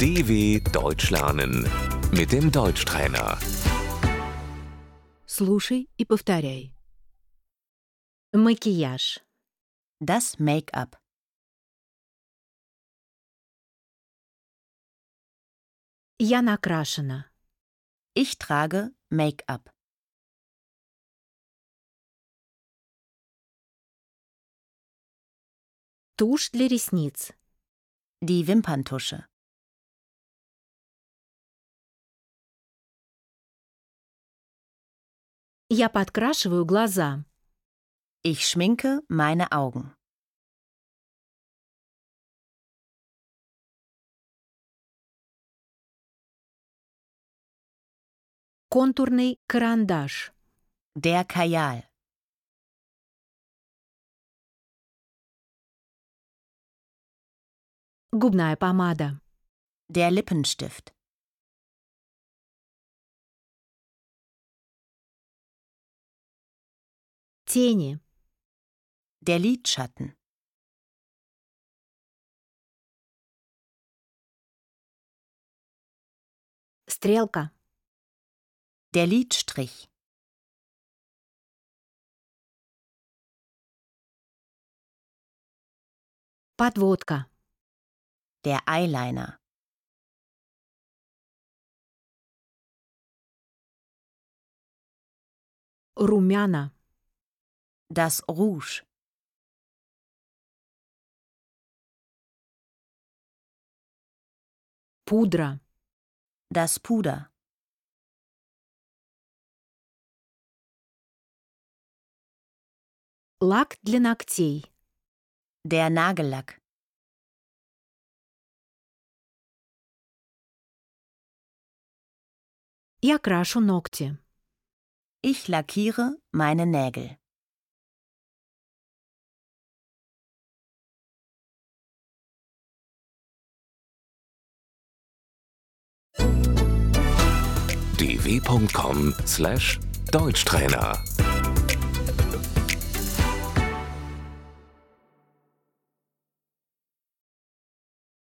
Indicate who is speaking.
Speaker 1: DW Deutsch lernen mit dem Deutschtrainer.
Speaker 2: Слушай и повторяй. Макияж.
Speaker 3: Das Make-up.
Speaker 2: Я накрашена.
Speaker 3: Ich trage Make-up.
Speaker 2: Тушь для ресниц.
Speaker 3: Die Wimperntusche.
Speaker 2: Я подкрашиваю глаза.
Speaker 3: Ich schminke meine Augen.
Speaker 2: Контурный карандаш.
Speaker 3: Der Kajal.
Speaker 2: Губная помада.
Speaker 3: Der Lippenstift.
Speaker 2: Тени.
Speaker 3: Der Lidschatten.
Speaker 2: Стрелка.
Speaker 3: Der Lidstrich.
Speaker 2: Подводка.
Speaker 3: Der Eyeliner.
Speaker 2: Румяна.
Speaker 3: Das Rouge.
Speaker 2: Пудра.
Speaker 3: Das Puder.
Speaker 2: Лак для ногтей.
Speaker 3: Der Nagellack.
Speaker 2: Я крашу ногти.
Speaker 3: Ich lackiere meine Nägel.
Speaker 1: dw.com/deutschtrainer